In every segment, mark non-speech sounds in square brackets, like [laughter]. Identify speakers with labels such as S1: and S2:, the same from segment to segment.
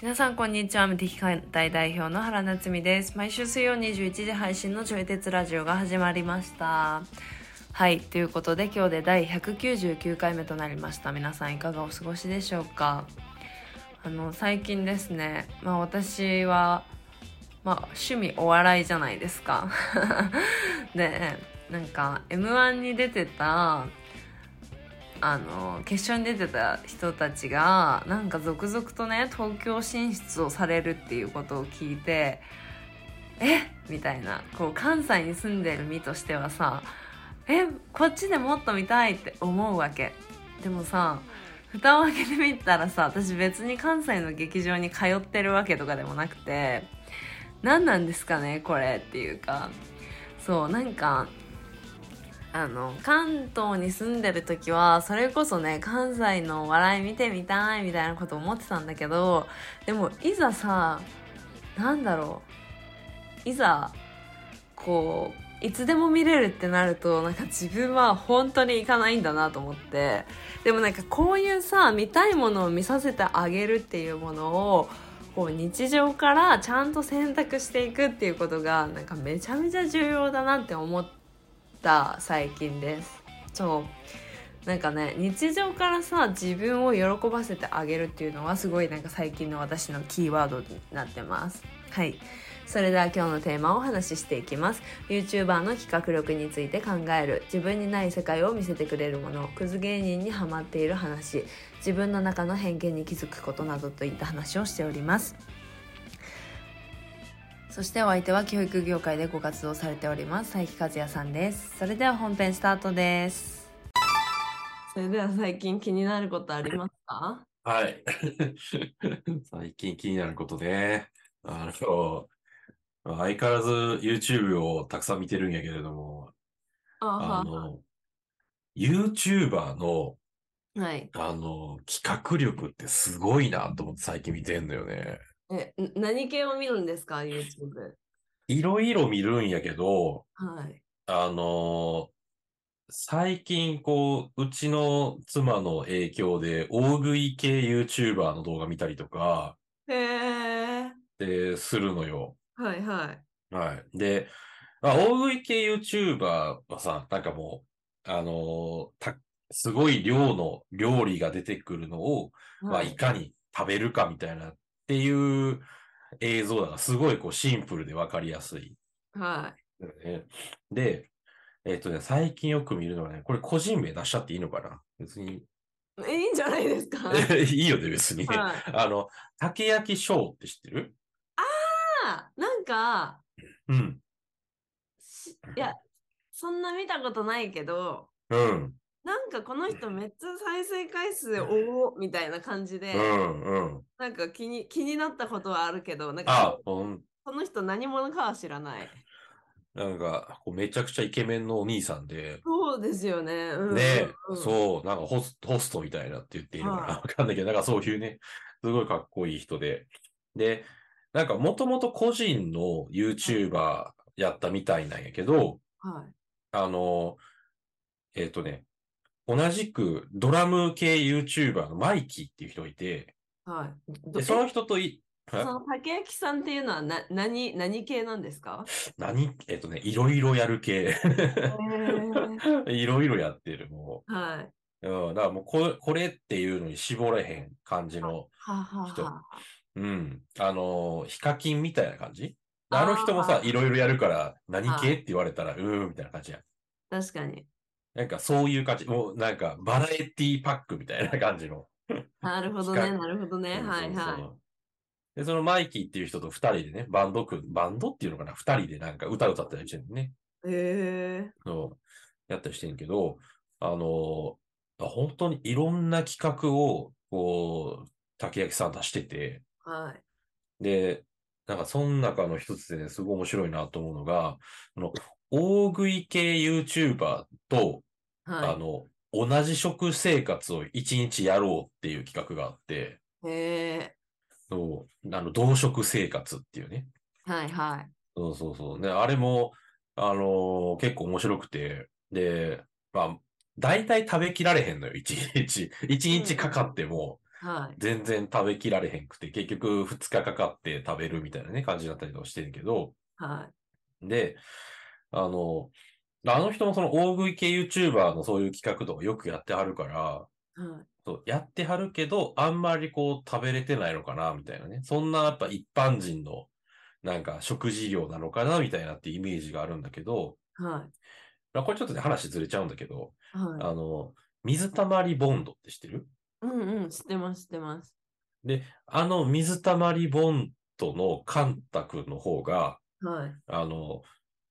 S1: 皆さんこんにちは無敵艦隊代表の原夏実です毎週水曜21時配信のちょい鉄ラジオが始まりましたはいということで今日で第199回目となりました皆さんいかがお過ごしでしょうかあの最近ですねまあ私はまあ趣味お笑いじゃないですか [laughs] でなんか m 1に出てたあの決勝に出てた人たちがなんか続々とね東京進出をされるっていうことを聞いてえみたいなこう関西に住んでる身としてはさえこっちでもっと見たいって思うわけでもさ蓋を開けてみたらさ私別に関西の劇場に通ってるわけとかでもなくて何なんですかねこれっていうかそうなんかあの関東に住んでる時はそれこそね関西のお笑い見てみたいみたいなこと思ってたんだけどでもいざさなんだろういざこういつでも見れるってなるとなんか自分は本当に行かないんだなと思ってでもなんかこういうさ見たいものを見させてあげるっていうものをこう日常からちゃんと選択していくっていうことがなんかめちゃめちゃ重要だなって思った最近ですそうなんかね日常からさ自分を喜ばせてあげるっていうのはすごいなんか最近の私のキーワードになってますはいそれでは今日のテーマをお話ししていきます YouTuber の企画力について考える自分にない世界を見せてくれるものクズ芸人にハマっている話自分の中の偏見に気づくことなどといった話をしておりますそしてお相手は教育業界でご活動されております佐伯和也さんですそれでは本編スタートですそれでは最近気になることありますか
S2: はい。 [laughs] 最近気になることね。あの、まあ相変わらず YouTube をたくさん見てるんやけれども、あ
S1: あ
S2: の、YouTuber の、
S1: ははい
S2: あの、企画力ってすごいなと思って最近見てんのよね。
S1: えん何系を見るんですか YouTube
S2: いろいろ見るんやけど、
S1: はい
S2: あの、最近こう、うちの妻の影響で大食い系 YouTuber の動画見たりとか、
S1: へえ
S2: で、するのよ。
S1: はいはい
S2: はい。で、まあ、大食い系 YouTuber はさ、なんかもう、あのーた、すごい量の料理が出てくるのを、まあ、いかに食べるかみたいなっていう映像だから、すごいこうシンプルでわかりやすい。
S1: はい
S2: ねで、えっとね、最近よく見るのはね、これ個人名出しちゃっていいのかな別に。
S1: えいいんじゃないですか
S2: [laughs] いいよね、別にね。
S1: はい
S2: あの、竹焼き翔って知ってる
S1: あなんか
S2: うん。
S1: しいやそんな見たことないけど
S2: うん。
S1: なんかこの人めっちゃ再生回数多っみたいな感じで、
S2: うん。うん。
S1: なんか気に気になったことはあるけど、なん
S2: あ
S1: か、
S2: ほん
S1: この人何者かは知ら
S2: [laughs]
S1: ない。
S2: なんか、こうめちゃくちゃイケメンのお兄さんで、
S1: そうですよね。うん、
S2: ねえ、
S1: うん
S2: そう、なんかホスホストみたいなって言っていいのかな
S1: はい
S2: わかんないけど、なんかそういうね、すごいかっこいい人で。で、なんかもともと個人の YouTuber やったみたいなんやけど、
S1: はい。
S2: あの、えっ、とね、同じくドラム系 YouTuber のマイキーっていう人がいて、
S1: はい。ど
S2: でその人とい、
S1: えその竹焼さんっていうのはな何何系なんです
S2: [laughs]
S1: か
S2: [laughs] 何、えっ、とね、いろいろやる系。
S1: へ
S2: [laughs]
S1: ー
S2: いろいろやってる、もう。
S1: はい。
S2: うん、だからもうこ、これっていうのに絞れへん感じの、
S1: はあはあ
S2: 人
S1: は
S2: うん、あのーヒカキンみたいな感じあの人もさ
S1: あ、ー
S2: いろいろやるから、何
S1: はい
S2: 系って言われたら、うーん、みたいな感じやん。
S1: あ確か
S2: [laughs]
S1: に。
S2: なんかそういう感じ、もうなんかバラエティパックみたいな感じの。
S1: なるほど
S2: 近
S1: ね、
S2: い
S1: なるほどね。
S2: うん
S1: はい
S2: そう
S1: は
S2: そ
S1: い。
S2: うで、そのマイキーっていう人と二人でね、バンド組ん、バンドっていうのかな二人でなんか歌歌ったりしてるね。
S1: へえ
S2: そう、やったりしてんけど、あのー本当にいろんな企画を、こう、竹焼さん出してて、
S1: はい。
S2: で、なんかその中の一つでね、すごい面白いなと思うのが、あの、大食い系 YouTuber と、あ
S1: は
S2: の、同じ食生活を一日やろうっていう企画があって、
S1: い。へえ
S2: そう、あの、同食生活っていうね。
S1: はいはい。
S2: そうそうそう。ね、あれも、あのー結構面白くて、で、まあ、大体食べきられへんのよ、一日。 [laughs] 一日かかっても、
S1: はい。
S2: 全然食べきられへんくて、結局二日かかって食べるみたいなね、感じだったりとかしてんけど、
S1: は
S2: で、あの、あの人もその大食い系 YouTuber のそういう企画とかよくやってはるから、
S1: い。はい。
S2: そうやってはるけど、あんまりこう食べれてないのかな、みたいなね。そんなやっぱ一般人のなんか食事量なのかな、みたいなってイメージがあるんだけど、
S1: は
S2: まあこれちょっとね、話ずれちゃうんだけど、
S1: い。は
S2: あの、水たまりボンドって知ってる
S1: い。うんうん、知ってます、知ってます。
S2: あの水たまりボンドのカンタ君の方が、
S1: はい。
S2: あの、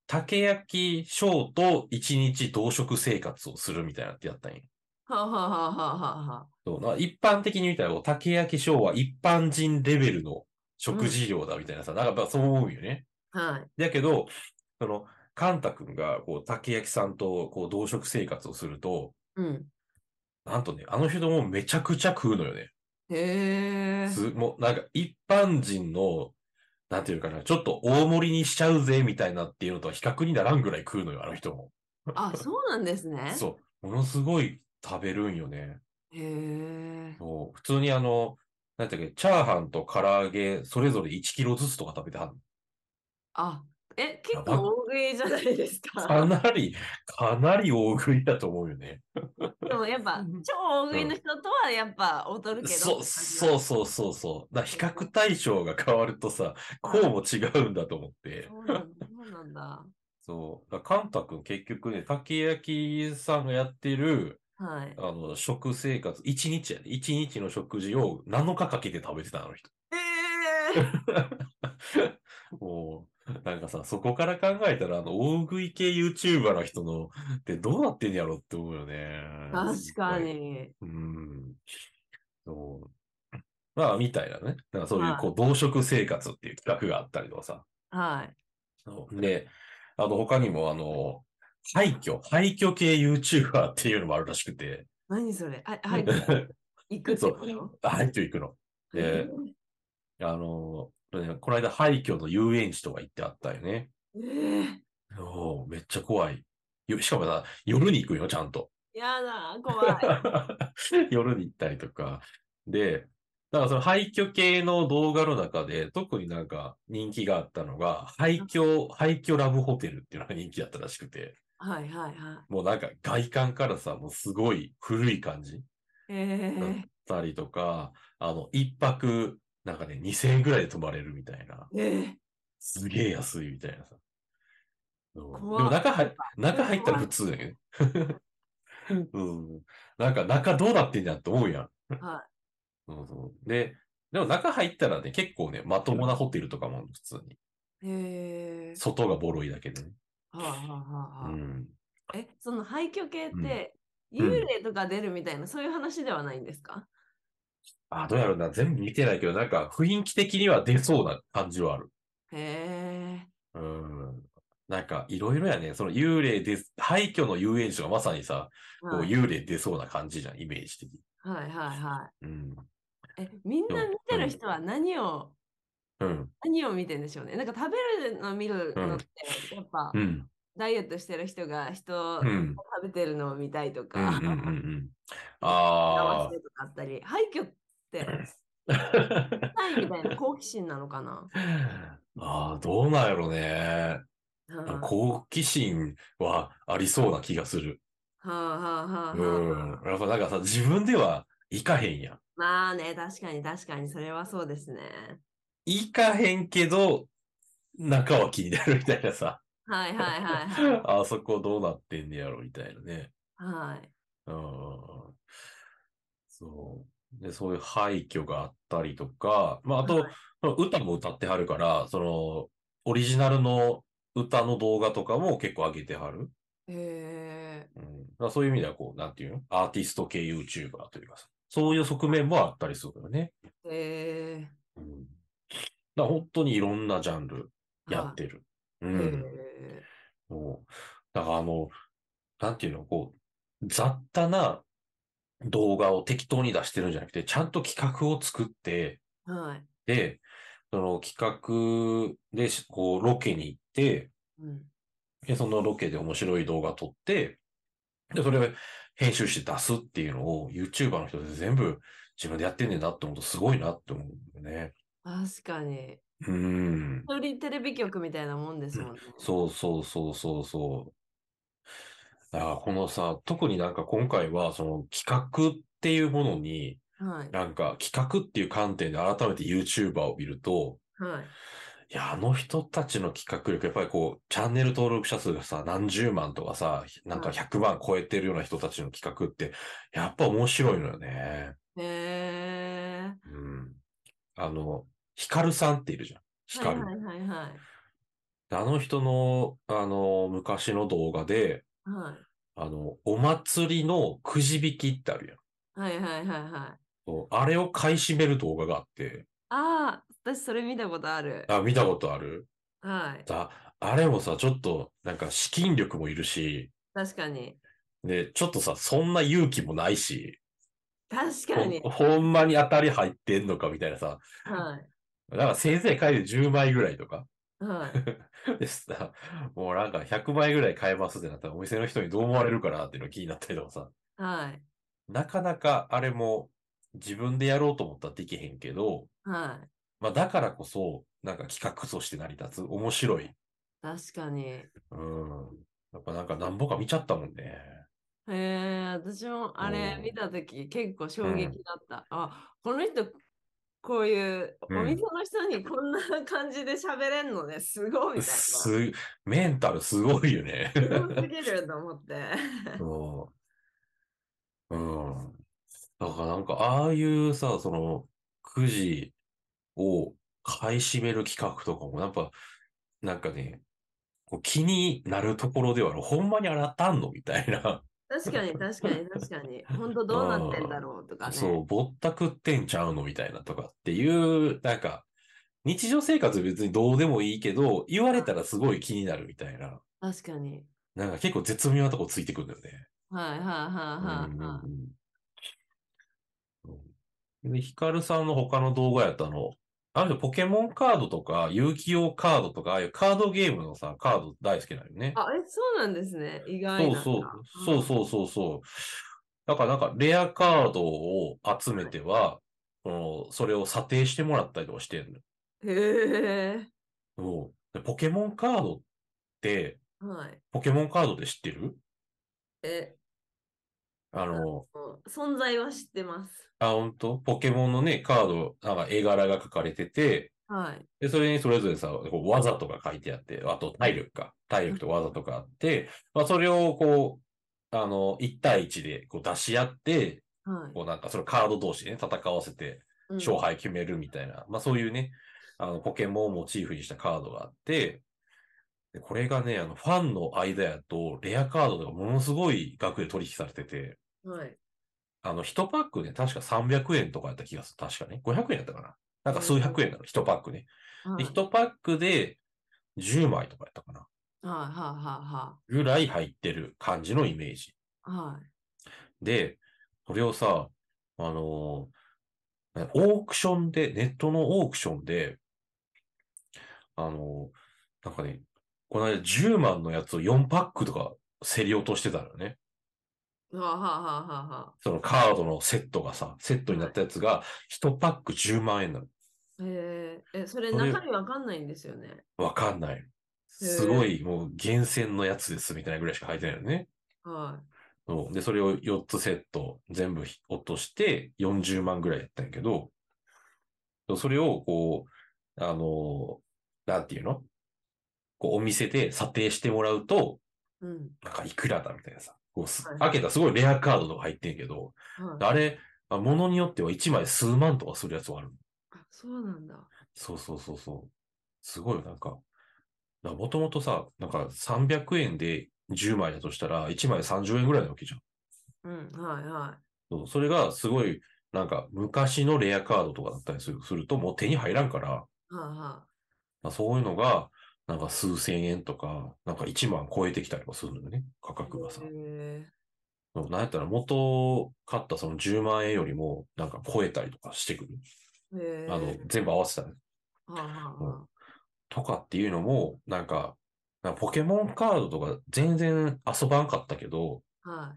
S2: 竹焼き小と一日同食生活をするみたいなってやったんや。
S1: はあ、はあはあはあはあは
S2: そうな一般的に見たら、竹焼き小は一般人レベルの食事量だみたいなさ、なんかやっぱそう思うよね。
S1: あ、はい。
S2: だけど、その、カンタ君が、こう、竹焼きさんと、こう、同食生活をすると、
S1: うん。
S2: なんとね、あの人もめちゃくちゃ食うのよね。
S1: へえ。
S2: すもう、なんか、一般人の、なんていうかな、ちょっと大盛りにしちゃうぜ、みたいなっていうのとは比較にならんぐらい食うのよ、あの人も。
S1: あ、そうなんですね。
S2: そう。ものすごい食べるんよね。
S1: へえ。
S2: そう普通にあの、なんていうか、チャーハンと唐揚げ、それぞれ1キロずつとか食べてはる。
S1: あ、え、結
S2: あ
S1: 構大食いじゃないです
S2: か
S1: か。
S2: なり、かなり大食いだと思うよね。
S1: [laughs] でもやっぱ、超大食いの人とはやっぱ劣るけど。。
S2: そう、そううそうそうそう。だから比較対象が変わるとさ、こうも違うんだと思って。
S1: そうなんだ。そうなん
S2: [laughs]
S1: だ。
S2: そう。だからカンタ君結局ね、竹焼きさんがやってる、
S1: はい。
S2: あの、食生活、1日やね。1日の食事を7日かけて食べてたあの人。
S1: ええ。
S2: [laughs] もう、なんかさ、そこから考えたら、あの、大食い系 YouTuber の人の、ってどうなってんやろって思うよね。
S1: 確か。に。
S2: うん。そう。まあ、みたいなね。なんかそういう、
S1: はい
S2: こう、同食生活っていう企画があったりとかさ。
S1: はい。
S2: そうで、あの、他にも、あの、廃墟、廃墟系 YouTuber っていうのもあるらしくて、
S1: 何それあ、はい。行くって
S2: [laughs] そう
S1: こと
S2: [laughs] 廃墟行くの。で、あの、ねこの間廃墟の遊園地とか行ってあったよね。
S1: えー、
S2: おーめっちゃ怖い。よしかもさ、夜に行くんよ、ちゃんと。 [laughs]
S1: やだ、怖い。
S2: 夜に行ったりとか。で、だからその廃墟系の動画の中で、特になんか人気があったのが、廃墟、廃墟ラブホテルっていうのが人気だったらしくて、
S1: はいはいはい。
S2: もうなんか外観からさ、もうすごい古い感じ [laughs]
S1: え
S2: だったりとか、あの、一泊、なんかね、2000円ぐらいで泊まれるみたいな。
S1: ー、え
S2: すげえ安いみたいなさ。うんで
S1: 怖っ
S2: も中入中入ったら普通だ
S1: [laughs]
S2: けどね。うん、なんか中どうなってんじゃんって思うやん。
S1: は
S2: そうそうで、でも中入ったらね、結構ね、まともなホテルとかもあるの普通に。
S1: ー、えー、
S2: 外がボロいだけでね。
S1: はあはあ
S2: う
S1: はあはあ。
S2: ん、
S1: え、その廃墟系っ
S2: うん
S1: て、
S2: うん
S1: 幽霊とか出るみたいな、そういう話ではないんですか
S2: あ、どうやろうな。全部見てないけど、なんか雰囲気的には出そうな感じはある。
S1: へ
S2: うん。なんかいろいろやね。その幽霊です。廃墟の遊園地がまさにさ、
S1: えー、
S2: こう
S1: はい。
S2: 幽霊出そうな感じじゃん、イメージ的に。
S1: はいはいは
S2: うん。
S1: い。え、みんな見て
S2: う
S1: る
S2: ん
S1: 人は何を、
S2: うん。
S1: 何を見てんでしょうね。なんか食べるの見るのって、やっぱ、
S2: うん。
S1: ダイエットしてる人が人
S2: う
S1: 食
S2: ん。
S1: べてるのを見たいと
S2: うんうん
S1: か
S2: う、
S1: [laughs]
S2: んうん。
S1: 合わ
S2: あ
S1: せとかあったり、廃墟って、
S2: あ。
S1: ないみたいな好奇心なのかな。
S2: [laughs] ああ、どうなんやろ
S1: う
S2: ね。
S1: んは
S2: 好奇心はありそうな気がする。
S1: あはあはあ
S2: う
S1: はあ
S2: ん。やっぱなんかさ、自分では行かへんやん。
S1: まあね、確かに確かに、それはそうですね。
S2: 行かへんけど、中は気になるみたい
S1: [laughs]
S2: なさ。
S1: はいはいはいはい。
S2: あそこどうなってんねやろみたいなね。
S1: はい、
S2: うん。そう。で、そういう廃墟があったりとか、まあ、あと、
S1: はい
S2: その歌も歌ってはるから、その、オリジナルの歌の動画とかも結構上げてはる。
S1: へえ。
S2: うん、だからそういう意味では、こう、なんていうのアーティスト系 YouTuber というかさ、そういう側面もあったりするよね。
S1: へ
S2: うん、だから本当にいろんなジャンル
S1: え。
S2: やってる。う
S1: はい。へ
S2: ん。
S1: え。
S2: そうだからあの、なんていうの、こう、雑多な動画を適当に出してるんじゃなくて、ちゃんと企画を作って、
S1: はい。
S2: で、その企画でし、こう、ロケに行って、
S1: うん。
S2: でそのロケで面白い動画撮って、で、それを編集して出すっていうのを YouTuber の人で全部自分でやってんねんなって思うとすごいなって思うんだよね。
S1: 確かに。
S2: うん。
S1: 一人テレビ局みたいなもんですもんね。
S2: そうそうそうそうそう。だからこのさ、特になんか今回はその企画っていうものに、
S1: はい。
S2: なんか企画っていう観点で改めて YouTuber を見ると、
S1: はい。
S2: いや、あの人たちの企画力、やっぱりこう、チャンネル登録者数がさ、何十万とかさ、なんか
S1: はい
S2: 100万超えてるような人たちの企画って、やっぱ面白いのよね。
S1: へー。
S2: うん。あの、ヒカルさんっているじゃん。ヒカル。
S1: はいはいはいはい。
S2: あの人の、あの、昔の動画で、
S1: はい
S2: あの、お祭りのくじ引きってあるやん。
S1: はいはいはいはい。
S2: そうあれを買い占める動画があって、
S1: ああ、私それ見たことある。
S2: あ、見たことある
S1: はい。
S2: さ、あれもさ、ちょっと、なんか資金力もいるし、
S1: 確かに。
S2: で、ちょっとさ、そんな勇気もないし、
S1: 確かに。
S2: ほほんまに当たり入ってんのかみたいなさ、
S1: は
S2: なんか先生書いて10枚ぐらい
S1: [laughs]
S2: とか、
S1: い。はい。
S2: でさ、もうなんか100枚ぐらい買えますってなったらお店の人にどう思われるかなっていうのが気になったりとかさ、
S1: はい。
S2: なかなかあれも自分でやろうと思ったらできへんけど、
S1: はい。
S2: まあだからこそ、なんか企画として成り立つ、面白い。
S1: 確かに。へ
S2: うん。やっぱなんかなんぼか見ちゃったもんね。
S1: え、私もあれ
S2: おー
S1: 見たとき結構
S2: う
S1: 衝
S2: ん
S1: 撃だった。あ、この人、こういうお
S2: うん
S1: 店の人にこんな [laughs] 感じで喋れんのね、すごいみたいな。す
S2: す、メンタルすごいよ
S1: [laughs]
S2: ね。
S1: ごすぎると思って。 [laughs]
S2: そう。うん。だからなんか、ああいうさ、その、くじを買い占める企画とかも、やっぱ、なんかね、こう気になるところではある、ほんまにあらたんのみたいな。
S1: 確かに確かに確かに。本当どうなってんだろうとかね。
S2: そう、ぼったくってんちゃうのみたいなとかっていう、なんか、日常生活別にどうでもいいけど、言われたらすごい気になるみたいな。
S1: 確かに。
S2: なんか結構絶妙なとこついてくるんだよね。
S1: はいはいは
S2: う
S1: い
S2: んうん
S1: は
S2: うんうんで、ヒカルさんの他の動画やったの、あの人ポケモンカードとか、有機用カードとか、ああいうカードゲームのさ、カード大好きなのよね。
S1: い。あ、え、そうなんですね。意外
S2: そう
S1: なんだ
S2: そう、そうそうそうそう。だからなんか、レアカードを集めては、このそれを査定してもらったりとかしてるのよ
S1: うんへえ。
S2: もうでポケモンカードって、
S1: はい。
S2: ポケモンカードで知ってる
S1: え、
S2: あの、
S1: もう存在は知ってます。
S2: あ、本当ポケモンのね、カード、なんか絵柄が書かれてて、
S1: はい。
S2: で、それにそれぞれさ、こう技とか書いてあって、あと体力か。体力と技とかあって、まあそれをこう、あの、1対1でこう出し合って、
S1: はい。
S2: こうなんかそのカード同士でね、戦わせて
S1: うん
S2: 勝敗決めるみたいな、まあそういうね、あの、ポケモンをモチーフにしたカードがあって、でこれがね、あの、ファンの間やと、レアカードがものすごい額で取引されてて、
S1: はい。
S2: あの、1パックね、確か300円とかやった気がする。確かね。500円やったかな。なんか数百円なの、1パックね。
S1: はい。
S2: で、1パックで10枚とかやったかな
S1: はいは
S2: ぐらい入ってる感じのイメージ。
S1: いはいはい。はい。
S2: で、それをさ、あのーオークションで、ネットのオークションで、あのーなんかね、この間10万のやつを4パックとか競り落としてたのよね。
S1: はあはあはあはあは
S2: そのカードのセットがさ、セットになったやつが1パック10万円なの。
S1: あ。へえ。え、それ
S2: それ
S1: 中身わかんないんですよね。
S2: わかんない。すごい、もう厳選のやつですみたいなぐらいしか入ってないよね。
S1: は
S2: そうで、それを4つセット全部落として40万ぐらいやったんやけど、それをこう、あの、なんていうのこうお店で査定してもらうと、
S1: い。うん。
S2: なんかいくらだみたいなさ。こうす
S1: はい
S2: 開けたらすごいレアカードとか入ってんけど、
S1: はい。
S2: あれ、あ物によっては1枚数万とかするやつもある。
S1: あ、そうなんだ。
S2: そうそうそうそう。すごいよなんか。もともとさ、なんか300円で10枚だとしたら1枚30円ぐらいなわけじゃ
S1: う
S2: ん。
S1: ん。はいは
S2: そうそれがすごい、なんか昔のレアカードとかだったりするすると、もう手に入らんから、
S1: い。はいは
S2: まあ、そういうのが、なんか数千円とか、なんか1万超えてきたりもするのよね、価
S1: い。
S2: 格がさ。
S1: へえ。
S2: そうなんやったら元買ったその10万円よりも、なんか超えたりとかしてくる。
S1: へえ。
S2: あの、全部合わせたら。
S1: はあはあはあ
S2: とかっていうのも、なんか、なんかポケモンカードとか全然遊ばんかったけど、
S1: は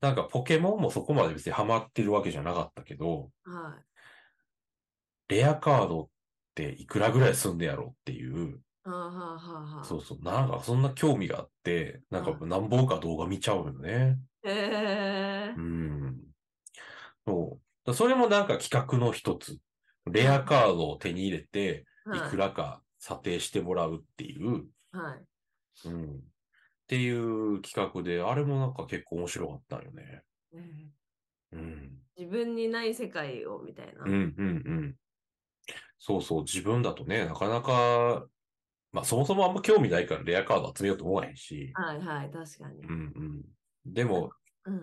S2: なんかポケモンもそこまで別にハマってるわけじゃなかったけど、
S1: い。は
S2: レアカードっていくらぐらいすんねやろっていう、
S1: い。はあ、はあはあはあ、
S2: そうそう、なんかそんな興味があって、なんか
S1: は
S2: 何本か動画見ちゃうよね。
S1: へえ
S2: う。ん。そう。だそれもなんか企画の一つ。レアカードを手に入れて、いくらか査定してもらうっていう、
S1: はい。はい。
S2: うん。っていう企画で、あれもなんか結構面白かったんよね。
S1: えー
S2: うん。
S1: 自分にない世界をみたいな。
S2: うんうんうん。そうそう、自分だとね、なかなか、まあそもそもあんま興味ないからレアカード集めようと思わへんし。
S1: はいはい、確かに
S2: う。んうん。でも、
S1: うん。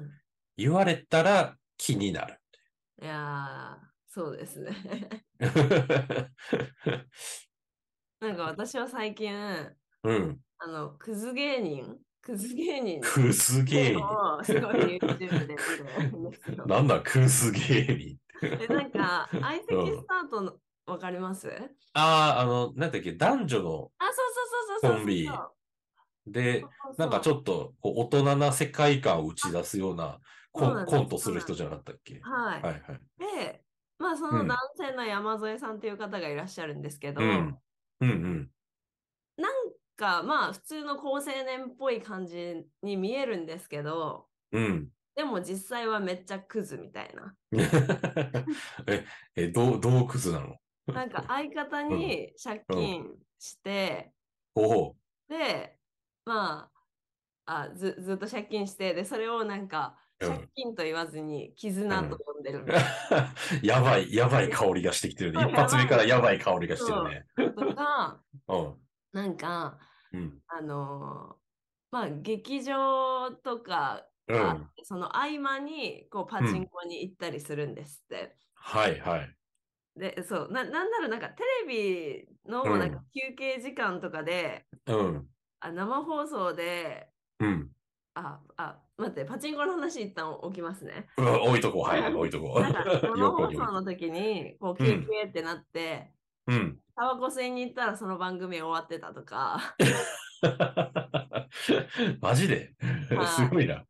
S2: 言われたら気になる。 [laughs]
S1: いやー、そうですね。 [laughs] なんか私は最近、あ
S2: うん。
S1: の、クズ芸人クズ芸人
S2: クズ芸人。
S1: をすごい YouTube で見てるんですよ。
S2: なんだ、クズ芸人。
S1: で、なんか、相席スタートの、わかりますあ、そう
S2: ああ、あの、なんだっけ、男女の、
S1: そうそうそうそうそう。
S2: コンビで、
S1: そう
S2: なんかち
S1: ょっ
S2: ょっとこう大人な世界観を打ち出すようなコ
S1: そうなん
S2: ン
S1: です
S2: コントする人じゃなかったっけ
S1: はい。
S2: はいはい。
S1: で、まあ、そうの
S2: ん
S1: 男性の山添さんっていう方がいらっしゃるんですけど、
S2: うん。うんうん。
S1: が、まあ、普通の高青年っぽい感じに見えるんですけど、
S2: うん。
S1: でも実際はめっちゃクズみたいな。
S2: [laughs] え、え、どう、どうクズなの
S1: なんか相方に借金して、
S2: おお。
S1: で、まあ、あずずっと借金して、で、それをなんか、
S2: うん [laughs]
S1: 借金と言わずに絆と呼んでるみたい
S2: やばい、やばい香りがしてきてるね。一発目からやばい香りがしてるね。
S1: なと
S2: [laughs]
S1: か、
S2: うん。
S1: なんか、
S2: うん。
S1: あのーまあ、劇場とか、
S2: うん。
S1: あその合間にこうパチンコに行ったりするんですって。
S2: はいはい。
S1: で、そう、な、なんならなんかテレビの
S2: うん
S1: なんか休憩時間とかで、
S2: うん。
S1: あ生放送で、
S2: うん。
S1: あ、あ、待って、パチンコの話一旦置きますね。
S2: うん置いとこう。はいはい、置いとこ
S1: なんか
S2: う。
S1: 生放
S2: 横
S1: 送
S2: に置いとこ
S1: の時に、こう
S2: うん
S1: 休憩ってなって、
S2: [laughs] う。うん。 [laughs]
S1: タバコ吸いに行ったらその番組終わってたとか、
S2: マジで
S1: はい
S2: [laughs] すごいな。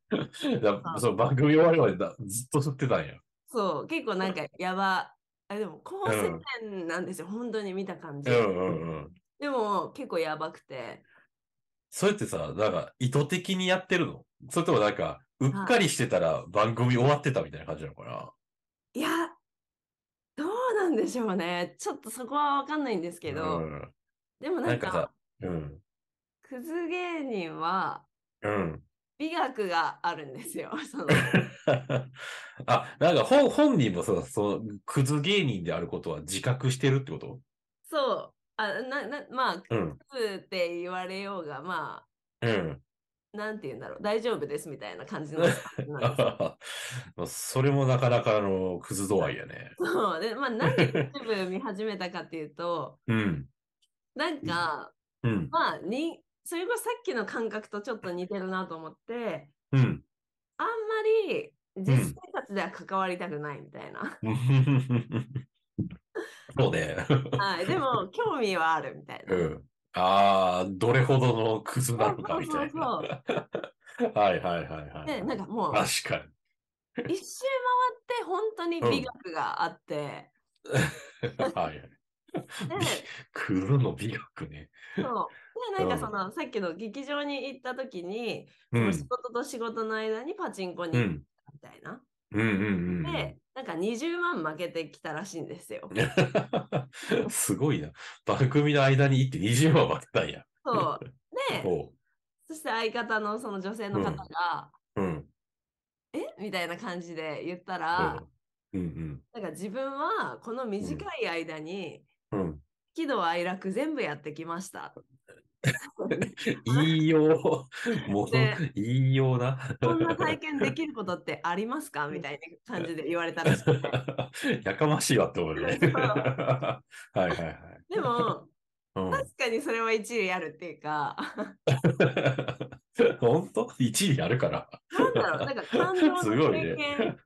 S2: だ
S1: はい
S2: そう、番組終わるまでだずっと吸ってたんや。
S1: そう、結構なんかやば、あでも高青年なんですよ、本当に見た感じ。
S2: うんうんうん。
S1: でも結構やばくて、
S2: それってさ、なんか意図的にやってるのそれともなんか、うっかりしてたら番組終わってたみたいな感じなのかな、
S1: いや、どうなんでしょうね。ちょっとそこはわかんないんですけど、
S2: うん
S1: でも
S2: なんかさ、うん。
S1: クズ芸人は
S2: うん。 [laughs]
S1: 美学があるんですよ。その
S2: あ、なんか本本人もさ、その、クズ芸人であることは自覚してるってこと
S1: そうあななまあ
S2: うん。
S1: クズって言われようがま
S2: うん。 [laughs]
S1: あなんて言うんだろう大丈夫ですみたいな感じのスタンスなんです [laughs] よ
S2: まあそれもなかなかあの、クズ度合いやね。
S1: そうでまあなんで YouTube 見始めたかっていうと
S2: うん。
S1: なんか
S2: うん。
S1: まあにそれこそさっきの感覚とちょっと似てるなと思って
S2: うん。
S1: あんまり実生活では関わりたくないみたい
S2: [laughs]
S1: な、
S2: そうね。
S1: はい、でも興味はあるみたいな、
S2: うん。ああ、どれほどのクズなのかみたいな。
S1: そう
S2: はいはいはいはい。
S1: でなんかもう
S2: 確かに。 [laughs]
S1: 一周回って本当に美学があって、
S2: はいはい。
S1: で
S2: クズの美学ね。
S1: そうでなん
S2: う
S1: か
S2: ん
S1: その、さっきの劇場に行った時に、
S2: う
S1: その
S2: ん。
S1: 仕事と仕事の間にパチンコに
S2: う
S1: 行っ
S2: ん。
S1: たみたいな、
S2: うんうんうん。
S1: でなんか20万負けてきたらしいんですよ
S2: [laughs] うん。 [laughs] すごいな。番組の間に行って20万割ったんや。
S1: そうで
S2: おう
S1: そして相方のその女性の方が
S2: うん。
S1: 「えみたいな感じで言った
S2: うん
S1: ら、
S2: うん
S1: なんか自分はこの短い間に
S2: うん。うん。
S1: 喜怒哀楽全部やってきました。
S2: いいよう。も
S1: ね
S2: う、いいよう
S1: [laughs]
S2: な。
S1: こんな体験できることってありますかみたいな感じで言われたらしくて。
S2: やかましいわって思うよね。
S1: そう
S2: はいはいはい。
S1: でも
S2: うん、
S1: 確かにそれは一理あるっていうか、
S2: [laughs] 本当一位あるから。
S1: なんだろう、なんか感情の
S2: [laughs] すごい
S1: 経
S2: ね
S1: 験、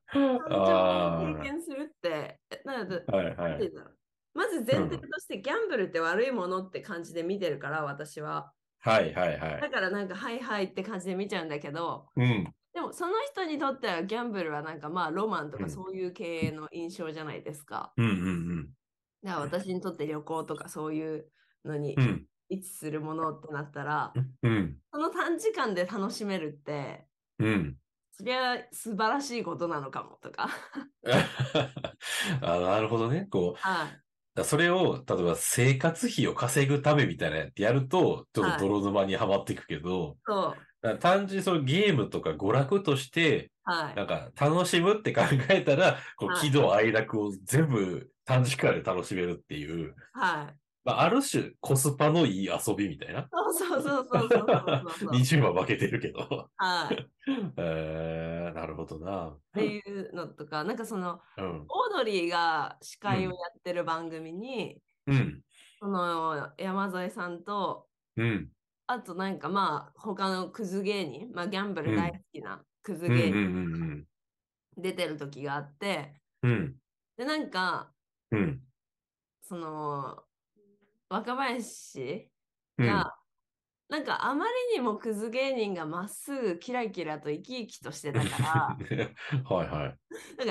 S1: 感情
S2: あー
S1: の経験するって、えなんだろう
S2: はいは
S1: なんて
S2: い。
S1: いうんだろうまず前提としてギャンブルって悪いものって感じで見てるから、私は。
S2: はいはいは
S1: だ
S2: い。
S1: からなんか、はいはいって感じで見ちゃうんだけど、
S2: うん。
S1: でもその人にとってはギャンブルはなんかまあロマンと
S2: う
S1: か
S2: ん
S1: そういう系の印象じゃないですか。
S2: うんうん
S1: だから私にとって旅行とかそういうのに
S2: うん。うん。
S1: 位置するものってなったら、
S2: うん。
S1: その短時間で楽しめるって、
S2: うん。 [laughs]
S1: そりゃ素晴らしいことなのかもとか。
S2: あ、なるほどね。こう、
S1: はい。
S2: だそれを、例えば生活費を稼ぐためみたいなやつやると、ちょっと泥沼にはまっていくけど、
S1: [laughs] そう。
S2: だから単純にそのゲームとか娯楽として、
S1: はい
S2: な。んか楽しむって考えたら、こう
S1: はい
S2: 喜怒哀楽を全部短時間で楽しめるっていう、
S1: はい。
S2: まあ、ある種コスパのいい遊びみたいな。
S1: [laughs] そうそうそうそうそう [laughs] そうそう。
S2: 20は負けてるけど。 [laughs]
S1: はい。っ
S2: えー、なるほどな。
S1: ていうのとか、なんかその、
S2: うん。
S1: オードリーが司会をやってる番組に、
S2: うん。
S1: その山添さんと、
S2: うん。
S1: あとなんかまあ他のクズ芸人、まあギャンブル大好きなクズ
S2: うん。うん。
S1: 芸
S2: う
S1: 人
S2: ん。
S1: 出てる時があって、
S2: うん。
S1: でなんか
S2: うん。
S1: その若林
S2: うん。
S1: が、なんかあまりにもクズ芸人がまっすぐキラキラと生き生きとしてたか
S2: [laughs] はいはい。
S1: ら、なんか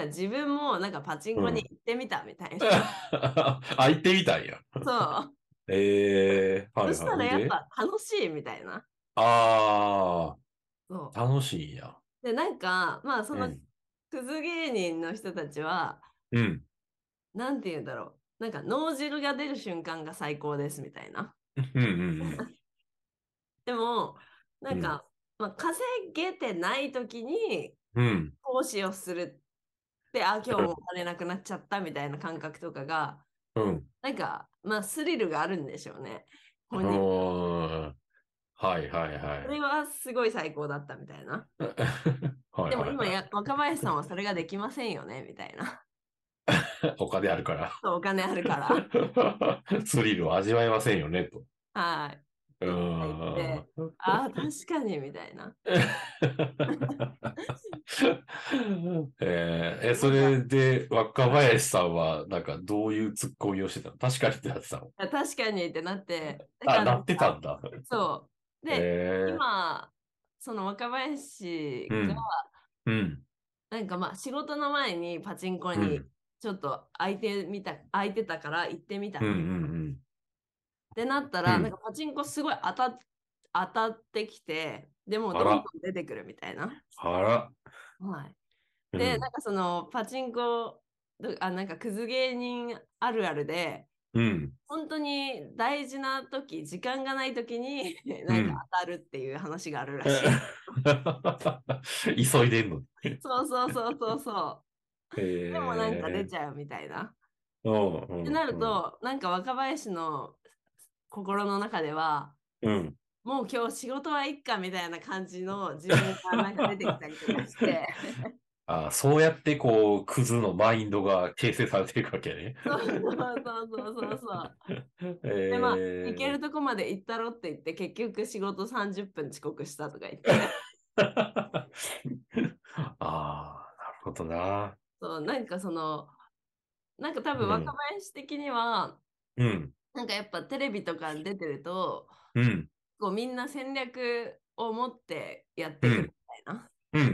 S1: 自分もなんかパチンコに行ってみたみたいな。
S2: [laughs] あ行ってみたんや。
S1: そう。
S2: えー、はいはい。
S1: そしたらやっ
S2: で
S1: ぱ楽しいみたいな。
S2: あ
S1: そう
S2: あ、楽しいんや。
S1: でなんかまあそうの
S2: ん。
S1: クズ芸人の人たちは、
S2: うん。
S1: なんて言うんだろう。なんか脳汁が出る瞬間が最高ですみたいな。
S2: うんうん
S1: でも、なんか、まあ、稼げてない時に
S2: うん。うん。
S1: 投資をするって、あ、今日もお金なくなっちゃったみたいな感覚とかが、
S2: うん。
S1: なんか、まあ、スリルがあるんでしょう
S2: [laughs]
S1: ね。
S2: う
S1: 本人
S2: ん。はいはいは
S1: それ
S2: い。
S1: はすごい最高だったみたいな。
S2: はい
S1: でも
S2: はい
S1: 今
S2: はい
S1: や、若林さんはそれができませんよね、みたいな。
S2: お金あるから。 [laughs]
S1: そうお金あるから。
S2: スリルを味わえませんよね、と。
S1: はい。
S2: うん。
S1: ああ、確かに、みたいな。
S2: えーえ、それで若林さんは、なんかどういうツッコミをしてたの確かにってなってたの
S1: いや確かにってなって。だか
S2: あ、
S1: ら
S2: なってたんだ。
S1: そう。で、
S2: えー
S1: 今、その若林が、
S2: うんうん。
S1: なんかまあ仕事の前にパチンコ
S2: う
S1: に
S2: ん
S1: ちょっと空いてみた、空いてたから行ってみた、
S2: うんう
S1: っ
S2: ん
S1: てなったら、
S2: うん
S1: なんかパチンコすごい当たっ当たってきて、でも
S2: あ
S1: ど
S2: ら
S1: んどん出てくるみたいな。
S2: うん。あら。
S1: はい、
S2: うん
S1: で、なんかそのパチンコ、どあなんかクズ芸人あるあるで、
S2: うん。
S1: 本当に大事な時、時間がない時に [laughs] なんか当たるっていう話があるらしい。
S2: [laughs] 急いでんの。
S1: [laughs] そうそうそうそうそう。
S2: で
S1: でもなんか出ちゃうみたいな。
S2: うん。っ
S1: ってなる、と、なんか若林の心の中では、
S2: うん。
S1: もう今日仕事はいっかみたいな感じの自分がなんか出てきたりとかして、 [laughs]
S2: あそうやってこう、クズのマインドが形成されていくわけね。
S1: そうそうそうそうそう。
S2: え
S1: で、まあ、
S2: ー
S1: 行けるとこまで行ったろって言って、結局仕事30分遅刻したとか言っ
S2: [laughs]
S1: て、
S2: [laughs] ああー、なるほどな。
S1: そうなんかその、なんか多分若林的には、
S2: うん、
S1: なんかやっぱテレビとかに出てると、
S2: うん、
S1: こうみんな戦略を持ってやってくるみたいな。
S2: うん、う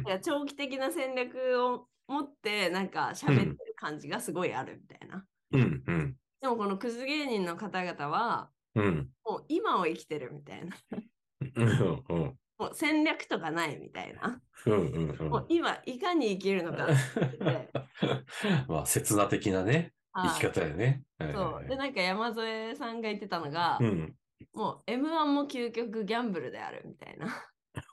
S2: ん、
S1: いや長期的な戦略を持ってなんか喋ってる感じがすごいあるみたいな。
S2: うん、うん、うん、
S1: でもこのクズ芸人の方々は
S2: うん、
S1: もう今を生きてるみたいな。 [laughs]
S2: うん、うん、
S1: もう戦略とかないみたいな。
S2: うん、うん、うん
S1: もう今いかに生きるのかって言ってて
S2: [laughs] まあ、刹那的なね、生
S1: は
S2: き
S1: い
S2: 方よね。
S1: そうで
S2: ね。
S1: なんか山添さんが言ってたのが、
S2: うん。
S1: もう M1 も究極ギャンブルであるみたいな。 [laughs]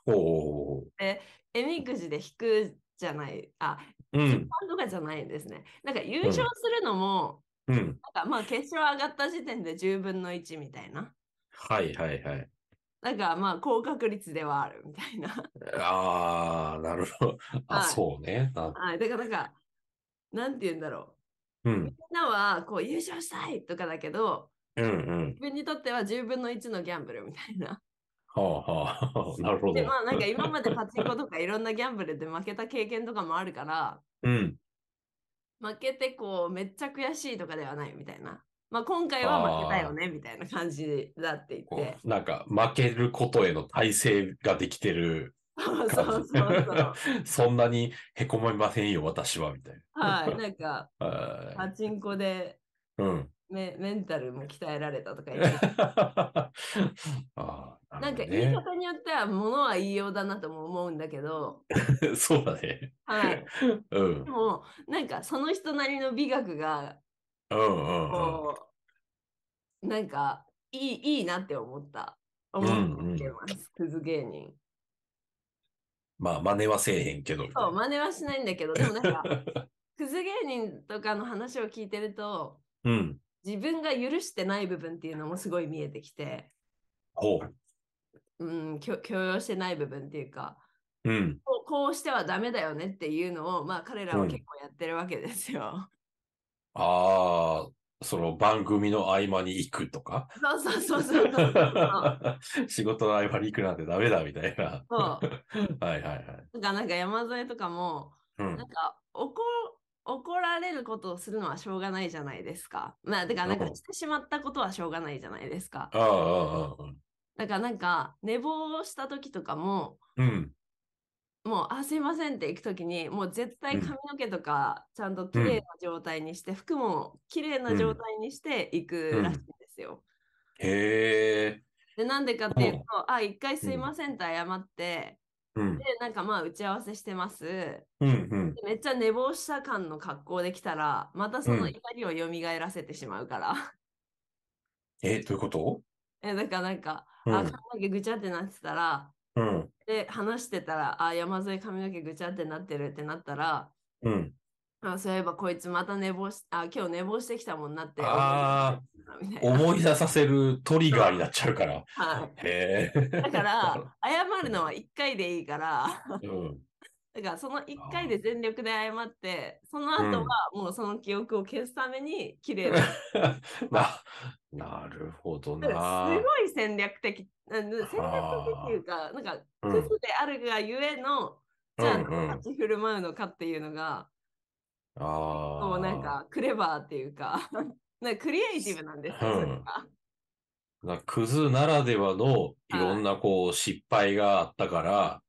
S2: おー
S1: えみくじで引くじゃない、あ、
S2: うん、
S1: ファンとかじゃないんですね。なんか優勝するのも、
S2: うん。
S1: なんかまあ決勝上がった時点で10分の1みたいな。
S2: はい、はい、はい。
S1: なんかまあ高確率ではあるみたいな。 [laughs]
S2: ああ、なるほど。 [laughs] あ、
S1: はい
S2: そうね。な
S1: はい、だからなんか、なんて言うんだろ
S2: うん、
S1: う。みんなはこう優勝したいとかだけど、
S2: うん、うん。
S1: 自分にとっては10分の1のギャンブルみたいな。
S2: はあ、はあはあ、なるほ
S1: で、
S2: ど。
S1: まあなんか今までパチンコとかいろんなギャンブルで負けた経験とかもあるから、
S2: うん。
S1: 負けてこうめっちゃ悔しいとかではないみたいな。まあ、今回は負けたよねみたいな感じだって言っ
S2: こ
S1: て。
S2: う、なんか、負けることへの耐性ができてる
S1: [laughs]
S2: [laughs]
S1: そうそうそ
S2: 感
S1: う
S2: じ
S1: そう。。
S2: そんなに凹まりませんよ、私は、みたい
S1: はい。なん
S2: [laughs]
S1: か、
S2: な。は
S1: パ
S2: い
S1: チンコで
S2: うん。 [laughs]
S1: メメンタルも鍛えられたとか言ってて。
S2: ああ、
S1: なんか
S2: るほど
S1: 言い方によってはものは言いようだなとも思うんだけど、
S2: ね。 [laughs] そうだね。
S1: はい、
S2: うん
S1: で。もなんかその人なりの美学が
S2: うんうんうん。
S1: こう、なんかいいいいなって思った思ってます、クズ芸人
S2: まあ、真似はせえへんけど。
S1: そう真似はしないんだけどでもなんかクズ芸人とかの話を聞いてると
S2: うん。
S1: 自分が許してない部分っていうのもすごい見えてきて、
S2: ほう。
S1: うん、許許容してない部分っていうか
S2: うん。
S1: こうこうしてはダメだよねっていうのをまあ彼らは結構やってるわけですよ。
S2: ああ、その番組の合間に行くとか。
S1: そうそうそうそうそうそう。
S2: [laughs] 仕事の合間に行くなんてダメだみたいな。 [laughs]
S1: そ
S2: はいはいはい。
S1: うだからなんか山添とかも
S2: う
S1: なんん。か怒怒られることをするのはしょうがないじゃないですか。まあだからなんか
S2: うん
S1: してしまったことはしょうがないじゃないですか。
S2: ああ、ああ、
S1: だからなんか寝坊した時とかも
S2: うん。
S1: もう「あすいません」って行く時にもう絶対
S2: うん
S1: 髪の毛とかちゃんと綺麗な状態にして、服も綺麗な状態にして行くらしいんですよ。
S2: へえ。
S1: でなんでかっていうと
S2: うん
S1: 「あ一回すいません」って謝って、
S2: うん。
S1: でなんかまあ打ち合わせしてます。
S2: うんうん。
S1: めっちゃ寝坊した感の格好できたら、またそうの
S2: ん
S1: 怒りを蘇らせてしまうから。 [laughs]
S2: え、どういうこと
S1: え、だからなんか、
S2: う
S1: あ、髪
S2: ん。
S1: の毛ぐちゃってなってたら、
S2: うん。
S1: で、話してたら、あ、山添髪の毛ぐちゃってなってるってなったら、
S2: うん。
S1: あそういえばこいつまた寝坊し、あ、今日寝坊してきたもんなって思
S2: あ
S1: うみたいな。
S2: 思い出させるトリガーになっちゃうから。
S1: はい。
S2: へえ。
S1: だから、謝るのは1回でいいから、
S2: [laughs] うん。
S1: だからその1回で全力で謝って、その後はもうその記憶を消すために、綺
S2: [laughs]
S1: 麗な
S2: な、なるほど
S1: だから
S2: な。
S1: すごい戦略的。うん戦略的っていうか、なんか、
S2: うん
S1: クズであるがゆえの、じゃあ、
S2: うんうん
S1: 立ち振る舞うのかっていうのが、
S2: ああ。
S1: もうなんか、クレバーっていうか、 [laughs] なんかクリエイティブなんですよ、
S2: う
S1: そ
S2: ん
S1: れが
S2: なクズならではのいろんなこう失敗があったから、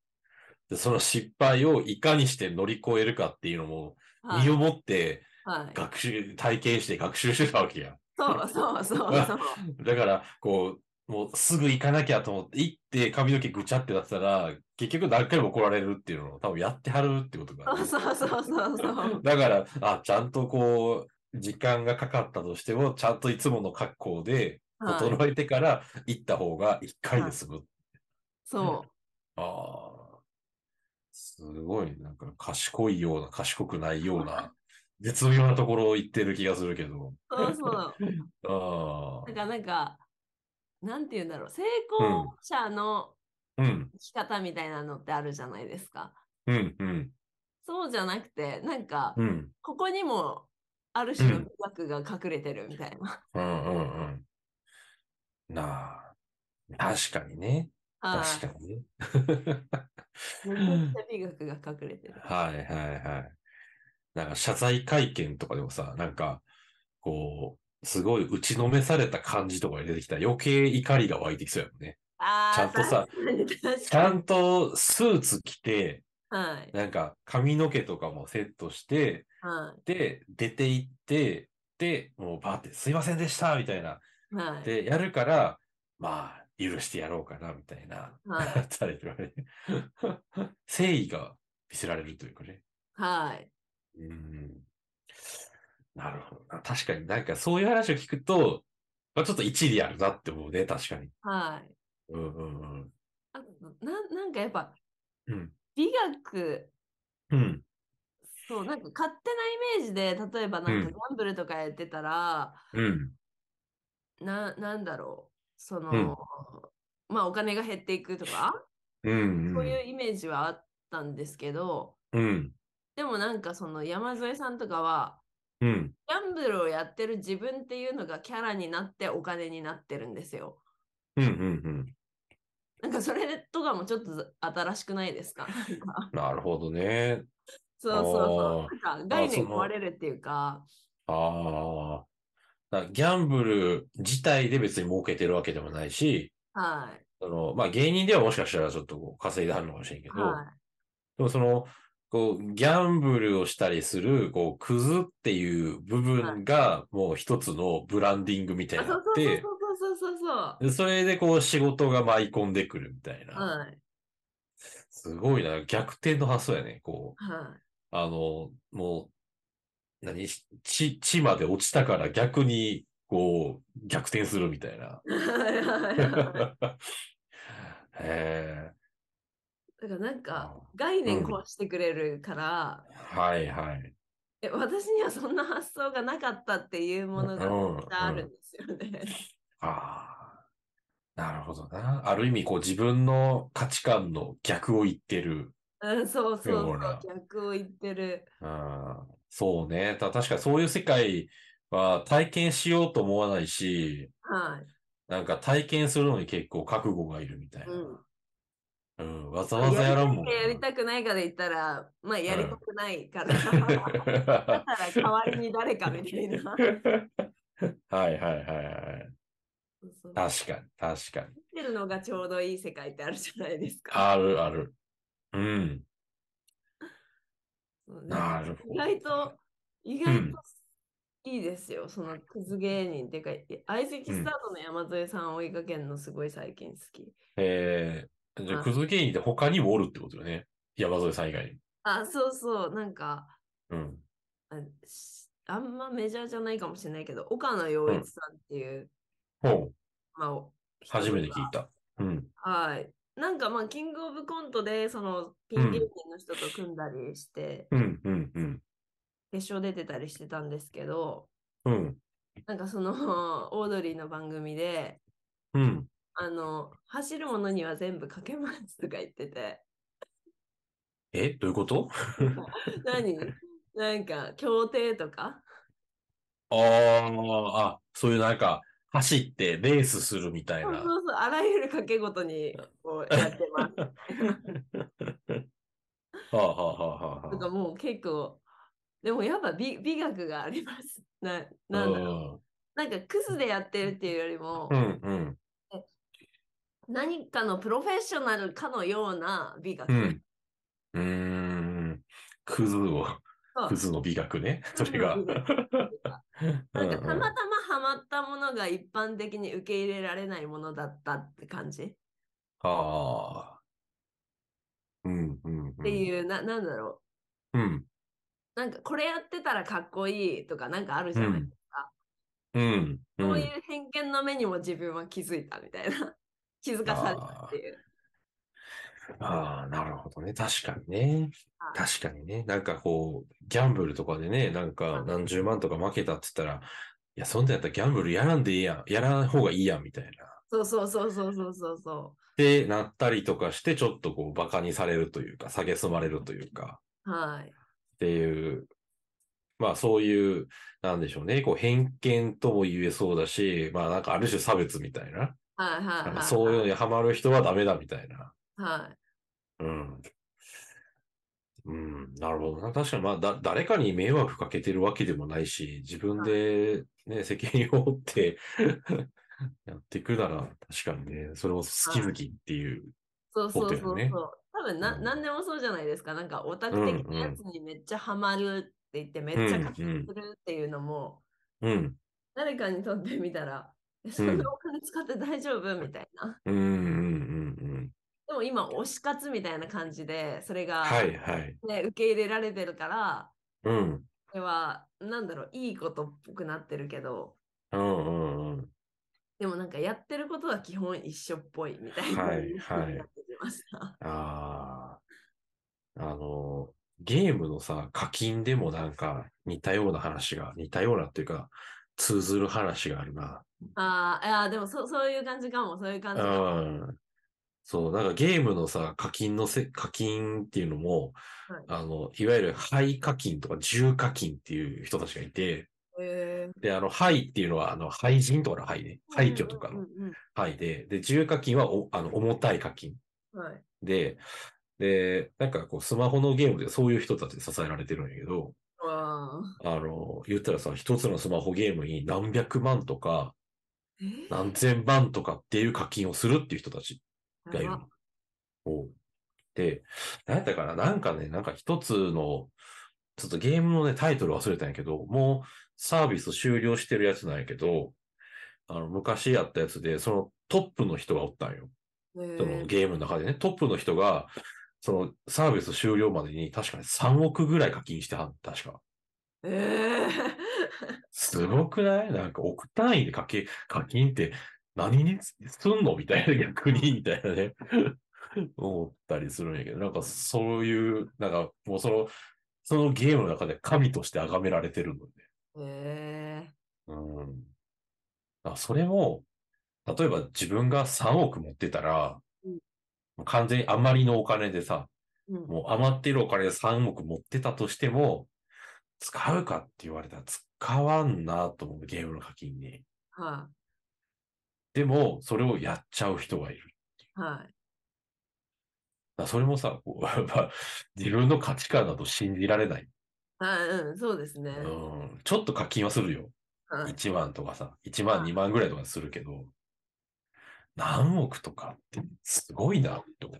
S2: でその失敗をいかにして乗り越えるかっていうのも、
S1: は
S2: 身
S1: い
S2: をもって
S1: はい。
S2: 学習、体験して学習してたわけや。
S1: そうそうそうそう。
S2: だから、こう、もうすぐ行かなきゃと思って、行って髪の毛ぐちゃってなってたら、結局何回も怒られるっていうのを多分やってはるってことが。
S1: そうそうそうそうそう。
S2: だから、あ、ちゃんとこう、時間がかかったとしても、ちゃんといつもの格好で、
S1: はい、
S2: 衰えてから行った方が一回で済む
S1: そ
S2: ああ、すごい、なんか賢いような、賢くないよう
S1: [laughs]
S2: な、絶妙なところを言ってる気がするけど。
S1: う。そうそう。
S2: あ
S1: だからなんか、なんて言うんだろう、成功者の
S2: あ、うん、
S1: 生き方みたいなのってあるじゃないですか。
S2: うん、うん、
S1: そうじゃなくて、なんか、
S2: うん、
S1: ここにもある種の
S2: うん
S1: 美学が隠れてるみたいな。
S2: うん、うん、うん。なあ、確かにね。
S1: はい
S2: 確かにね。
S1: めちゃくちゃ美学が隠れてる。
S2: はいはいはい。なんか謝罪会見とかでもさ、なんか、こう、すごい打ちのめされた感じとかに出てきたら余計怒りが湧いてきそうやもんね。
S1: あ
S2: [laughs] ちゃんとさ
S1: ー確かに確かに
S2: ちゃんとスーツ着て、
S1: はい。
S2: なんか髪の毛とかもセットして、
S1: は
S2: で、出て行って、で、もうバーって、すいませんでしたみたいな。
S1: い。はい。
S2: で、やるから、まあ、許してやろうかな、みたいな。
S1: はい。
S2: されてるわね誠意が見せられるというかね。
S1: はい。
S2: うん。なるほどな。確かになんかそういう話を聞くと、まあ、ちょっと一理あるなって思うね、確かに。
S1: はい。
S2: うんうんうん。
S1: あとななんかやっぱ
S2: うん。
S1: 美学、
S2: うん。
S1: そう、なんか勝手なイメージで、例えばなんか
S2: う
S1: ギ
S2: ん
S1: ャンブルとかやってたら、
S2: うん。
S1: な、なんだろう、その、
S2: うん
S1: まあお金が減っていくとか、
S2: うん、
S1: そういうイメージはあったんですけど、
S2: うん。
S1: でもなんかその山添さんとかは、
S2: うん。
S1: ギャンブルをやってる自分っていうのがキャラになってお金になってるんですよ。
S2: うん。うん。うん。
S1: なんかそれとかもちょっと新しくないです
S2: [laughs]
S1: かなんか
S2: なるほどね。
S1: そうそうそ
S2: あ
S1: う。なんか概
S2: あそ
S1: 念
S2: の
S1: 壊れるっていうか、
S2: ああ。だからギャンブル自体で別に儲けてるわけでもないし、
S1: はい。
S2: その、まあ芸人ではもしかしたらちょっとこう稼いではるのかもしれんけど、
S1: は
S2: でもその、こう、ギャンブルをしたりする、こう、クズっていう部分が、もう一つのブランディングみた
S1: い。
S2: い
S1: あ、
S2: にな
S1: そ
S2: っ
S1: うそう
S2: て、
S1: そうそうそうそう。
S2: でそれでこう、仕事が舞い込んでくるみたいな。
S1: はい。
S2: すごいな、逆転の発想やね。こう、
S1: は
S2: あの、もう、何、し地、地まで落ちたから逆に、こう、逆転するみたいな。 [laughs]
S1: い。はいはいはい。
S2: へ
S1: だからなん
S2: え。
S1: か、概
S2: う
S1: 念
S2: ん
S1: 壊してくれるから、
S2: はいはい。
S1: え、私にはそんな発想がなかったっていうものが
S2: うん
S1: 絶対あるんですよね。
S2: ああ、なるほどな。ある意味、こう自分の価値観の逆を言ってる。
S1: うん、そうそう
S2: そ
S1: そうう、
S2: だ
S1: 逆を言ってる。
S2: うん、そうね。た、確かにそういう世界は体験しようと思わないし、
S1: は
S2: なんか体験するのに結構覚悟がいるみたいな。うん、わざ
S1: い。
S2: わざやら
S1: や
S2: ん
S1: りたい
S2: もん
S1: か
S2: な。
S1: やりたくないかで言ったら、まあやりたくないから、
S2: [laughs]
S1: だから代わりに誰かみたい
S2: [laughs]
S1: な。
S2: はいはいはいはい。
S1: そうそう生
S2: 確かに、確かに。
S1: きてるのがちょうどいい世界ってあるじゃないですか。
S2: あるある。うん。
S1: そう
S2: な
S1: なんか
S2: るほど。
S1: 意外と、意
S2: う
S1: 外
S2: ん
S1: といいですよ、そのクズ芸人っていうか、い相席スタートの山添さんを追いかけるのすごい最近好き。
S2: えー、じゃあ、
S1: あ
S2: クズ芸人って他にもおるってことよね。山添さん以外に。
S1: あ、そうそう、なんか、
S2: うん。
S1: あしあんまメジャーじゃないかもしれないけど、岡野陽一さんっていう、
S2: ほう。
S1: まあ、お
S2: 初めて聞いた。うん。
S1: はい。なんかまあ、キングオブコントで、その、ピン芸人の人と組んだりして、
S2: うん、うん、うん。
S1: 決勝出てたりしてたんですけど、
S2: うん、
S1: なんかその、 [laughs] オードリーの番組で、
S2: うん。
S1: あの、走るものには全部かけますとか言ってて、 [laughs]
S2: え、どういうこと
S1: 何なんか、競艇とか
S2: あーあ、そういうなんか、走ってレースするみたい
S1: そう
S2: な。
S1: そうそう、あらゆる掛け事にこうやって
S2: [laughs]
S1: ます。
S2: はあ、はあはあはあ、
S1: なんかもう結構、でもやっぱ美美学があります。ななんだろう。なんかクズでやってるっていうよりも
S2: う、ん、うん、
S1: 何かのプロフェッショナルかのような美学。
S2: うん。うーん。クズを、
S1: そう
S2: クズの美学ね。それが。
S1: [laughs] クズの美なんかたまた
S2: うん
S1: まハマったものが一般的に受け入れられないものだったって感じ、っ
S2: ああ。うん、うん。
S1: ていう、ななんだろ
S2: うん。うん。
S1: う。なんかこれやってたらかっこいいとかなんかあるじ
S2: う
S1: ゃない。
S2: ん。うん。
S1: こ
S2: う
S1: うい
S2: ん。
S1: う偏見の目にも自分は気づいたみたいな。 [laughs] 気づかされたっていう。
S2: ああ、なるほどね。確かにね。
S1: はい
S2: 確かにね。なんかこう、ギャンブルとかでね、なん
S1: は
S2: か
S1: い
S2: 何十万とか負けたって言ったら、いや、そんなんやったらギャンブルやらんでいいやん。やらん方がいいやん、みたいな。
S1: そうそうそうそうそうそうそう。
S2: で、なったりとかして、ちょっとこう、馬鹿にされるというか、蔑まれるというか、
S1: はい。
S2: っていう、まあそういう、なんでしょうね。こう、偏見とも言えそうだし、まあなんかある種差別みたいな。
S1: はいはい
S2: な
S1: は
S2: ん
S1: い、
S2: か
S1: はい。
S2: そういうのにハマる人はダメだ、みたいな。
S1: は
S2: うん。うん、なるほどな。確かに、まあ、だ、誰かに迷惑かけてるわけでもないし、自分でね、責任を負って [laughs] やっていくなら、確かにね、それも好き好きっていう。
S1: そうそうそう
S2: ホ
S1: そう。
S2: テルね
S1: 多分な、
S2: うん
S1: ん、何でもそうじゃないですか。なんかオタ
S2: う
S1: ク
S2: ん
S1: 的なやつにめっちゃハマるって言って、めっちゃ活
S2: うんう
S1: 躍
S2: ん
S1: するっていうのも、
S2: うん、
S1: 誰かにとってみたら、えそんなお金使って大丈夫みたいな。
S2: うん、うん、うん、うん。
S1: でも今、推し活みたいな感じで、それが、
S2: はい、はい。
S1: ね、受け入れられてるから、
S2: うん、
S1: これは、なんだろう、いいことっぽくなってるけど、
S2: うん、うん、うん。
S1: でもなんかやってることは基本一緒っぽいみたいな。
S2: はいはい
S1: なってきました。
S2: ああ、あの、ゲームのさ、課金でもなんか似たような話が、似たようなっていうか、通ずる話があるな。
S1: あーいやーでもそそういう感じかも、そういう感じかも。
S2: うん。そう、なんかゲームのさ、課金のせ、課金っていうのも、
S1: はい
S2: あの、いわゆる廃課金とか重課金っていう人たちがいて、
S1: え
S2: で、あの、廃っていうのは、あの、廃人とかの廃ね。
S1: ー
S2: 廃墟とか
S1: うんう
S2: の
S1: んうん
S2: 廃で、で、重課金はお、あの、重たい課金。
S1: うんはい。
S2: で、で、なんかこう、スマホのゲームでそういう人たちに支えられてるんやけど、
S1: ううん
S2: あの、言ったらさ、一つのスマホゲームに何百万とか、
S1: え
S2: 何千万とかっていう課金をするっていう人たちがいる
S1: や
S2: の
S1: ば。
S2: おうで、なんやったかななんかね、なんか一つの、ちょっとゲームのね、タイトル忘れたんやけど、もうサービス終了してるやつなんやけど、あの、昔やったやつで、そのトップの人がおったんよ。
S1: へえ
S2: そのゲームの中でね、トップの人が、そのサービス終了までに確かに3億ぐらい課金してはん、確か。
S1: え
S2: すごくないなんか億単位で課金、課金って何にすんのみたいな逆に、みたいなね。思ったりするんやけど、なんかそういう、なんかもうその、そのゲームの中で神として崇められてるので。
S1: ー、え
S2: うん。あ、それも、例えば自分が3億持ってたら、
S1: うん
S2: もう完全に余りのお金でさ、
S1: ー、うん
S2: もう余ってるお金で3億持ってたとしても、使うかって言われたら使わんなと思う、ゲームの課金に。
S1: は
S2: でも、それをやっちゃう人がいる。
S1: いはい
S2: だからそれもさ、こう [laughs] やっぱ自分の価値観だと信じられない。
S1: あうんそうですね、
S2: うん、ちょっと課金はするよ。
S1: はい
S2: 1万とかさ、1万、
S1: はい
S2: 2万ぐらいとかするけど、何億とかってすごいなって思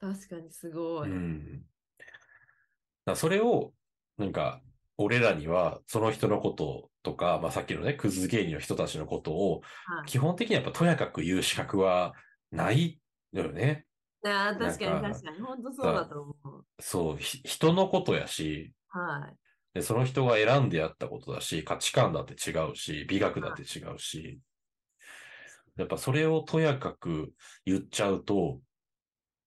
S1: 確かにすご
S2: う。う
S1: い、
S2: ん。だからそれを、なんか、俺らには、その人のこととか、まあ、さっきのね、クズ芸人の人たちのことを
S1: は、い
S2: 基本的にやっぱとやかく言う資格はないのよね。
S1: あー確かに
S2: なんか
S1: 確かに本当そうだと思う
S2: そう、ひ人のことやし、
S1: はい
S2: で、その人が選んでやったことだし、価値観だって違うし、美学だって違うし、やっぱそれをとやかく言っちゃうと、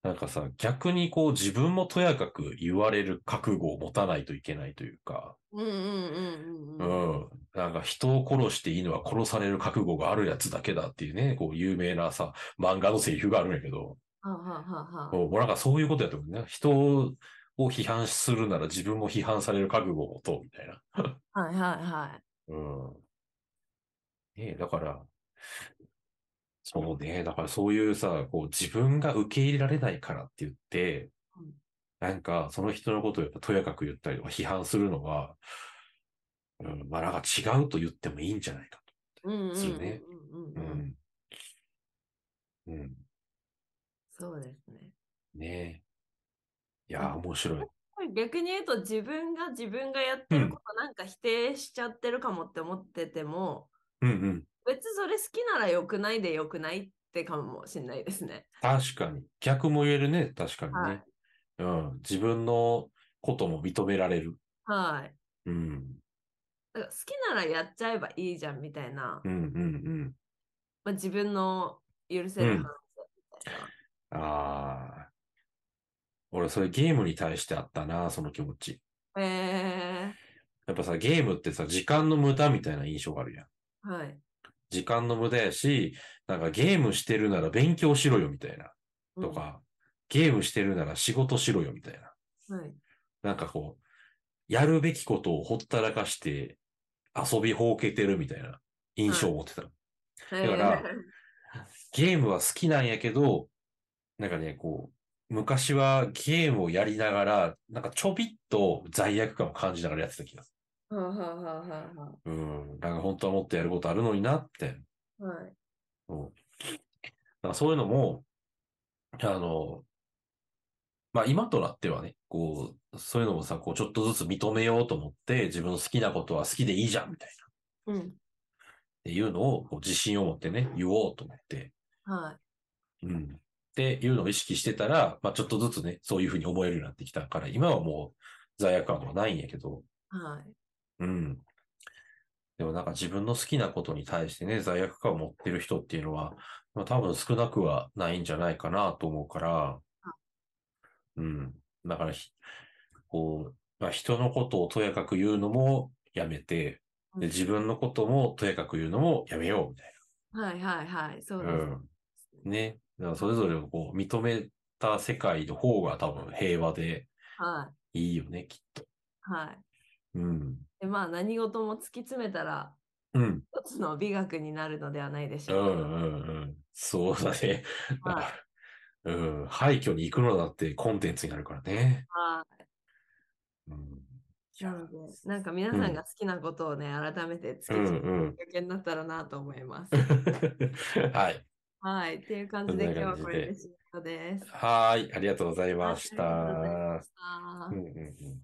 S2: なんかさ、逆にこう自分もとやかく言われる覚悟を持たないといけないというか、
S1: うんうんうん
S2: う
S1: うんうん
S2: ん。なんか人を殺していいのは殺される覚悟があるやつだけだっていうね、こう有名なさ、漫画のセリフがあるんやけど、
S1: はあはあはあはあ
S2: もうなんかそういうことやと思うね。人を批判するなら自分も批判される覚悟を持とうみたいな。
S1: はいはいはい
S2: うん。ねえ、だから、そうね、だからそういうさ、こう自分が受け入れられないからって言って
S1: うん、
S2: なんかその人のことをやっぱとやかく言ったりとか批判するのは、うん、まあなんか違うと言ってもいいんじゃないか
S1: うんうんうん
S2: するね
S1: うん
S2: と。
S1: うん
S2: う
S1: うん
S2: ん。うん。
S1: そうですね
S2: ねえ。いやー、面白い。
S1: 逆に言うと自分が自分がやってることなんか否定しちゃってるかもって思ってても、
S2: うんうん。
S1: 別にそれ好きなら良くないで良くないってかもしれないですね。
S2: 確かに。逆も言えるね。確かに
S1: は
S2: ね
S1: い。
S2: うん。自分のことも認められる。
S1: はい。
S2: うん。
S1: だから好きならやっちゃえばいいじゃんみたいな、
S2: うんうん
S1: まあ、自分の許せる範囲でみたいな。
S2: うん。ああ。俺、それゲームに対してあったな、その気持ち。
S1: え
S2: やっぱさ、ゲームってさ、時間の無駄みたいな印象があるやん。
S1: ー、はい。
S2: 時間の無駄やし、なんかゲームしてるなら勉強しろよみたいな。とか、ゲームしてるなら仕事しろよみたいな。
S1: うん。はい。
S2: なんかこう、やるべきことをほったらかして遊びほうけてるみたいな印象を持ってたの。
S1: だ
S2: からゲームは好きなんやけど、なんかね、こう、昔はゲームをやりながら、なんかちょびっと罪悪感を感じながらやってた気がす
S1: はあ、はあはあはあは
S2: る。うん。なんか本当はもっとやることあるのになって。
S1: あ、はい。
S2: うん。なんかそういうのも、あの、まあ今となってはね、こう、そういうのもさ、こうちょっとずつ認めようと思って、自分の好きなことは好きでいいじゃん、みたいな。
S1: うん。
S2: っていうのを、こう自信を持ってね、言おうと思って、
S1: はい。
S2: うん。っていうのを意識してたら、まあちょっとずつね、そういうふうに思えるようになってきたから、今はもう罪悪感はないんやけど、
S1: はい。
S2: うん。でもなんか自分の好きなことに対してね、罪悪感を持ってる人っていうのは、まあ多分少なくはないんじゃないかなと思うから、うん。だからひ、こう、まあ、人のことをとやかく言うのもやめて、で自分のこともとやかく言うのもやめようみたいな。
S1: はいはいはい。そうです。
S2: うん。ね。だからそれぞれをこう認めた世界の方が多分平和で
S1: はい
S2: いよね、きっと。
S1: い。はい。
S2: うん。
S1: でまあ何事も突き詰めたら
S2: うん。
S1: 一つの美学になるのではないでし
S2: う
S1: ょ
S2: ん
S1: う
S2: う
S1: か。
S2: んうん。そうだね。だ [laughs]
S1: はい
S2: から、うん。廃墟に行くのだってコンテンツになるからね。
S1: は
S2: うん。や
S1: なので、なんか皆さんが好きなことをね、改めてつけ
S2: う
S1: ちゃうん経験になったらなと思います
S2: [laughs] う。ん。 [laughs] はい。
S1: はい、っていう感じで
S2: そ
S1: 今
S2: ん
S1: 日は
S2: な感じで
S1: これで終了です。
S2: はーい。ありがとうございました。
S1: はあ
S2: う
S1: ー
S2: んうんうん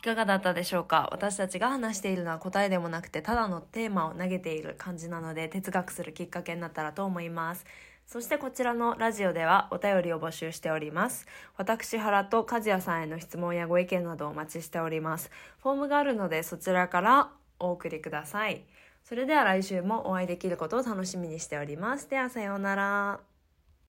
S1: いかがだったでしょうか私たちが話しているのは答えでもなくてただのテーマを投げている感じなので哲学するきっかけになったらと思います。そしてこちらのラジオではお便りを募集しております。私原と和也さんへの質問やご意見などをお待ちしております。フォームがあるのでそちらからお送りください。それでは来週もお会いできることを楽しみにしております。ではさようなら。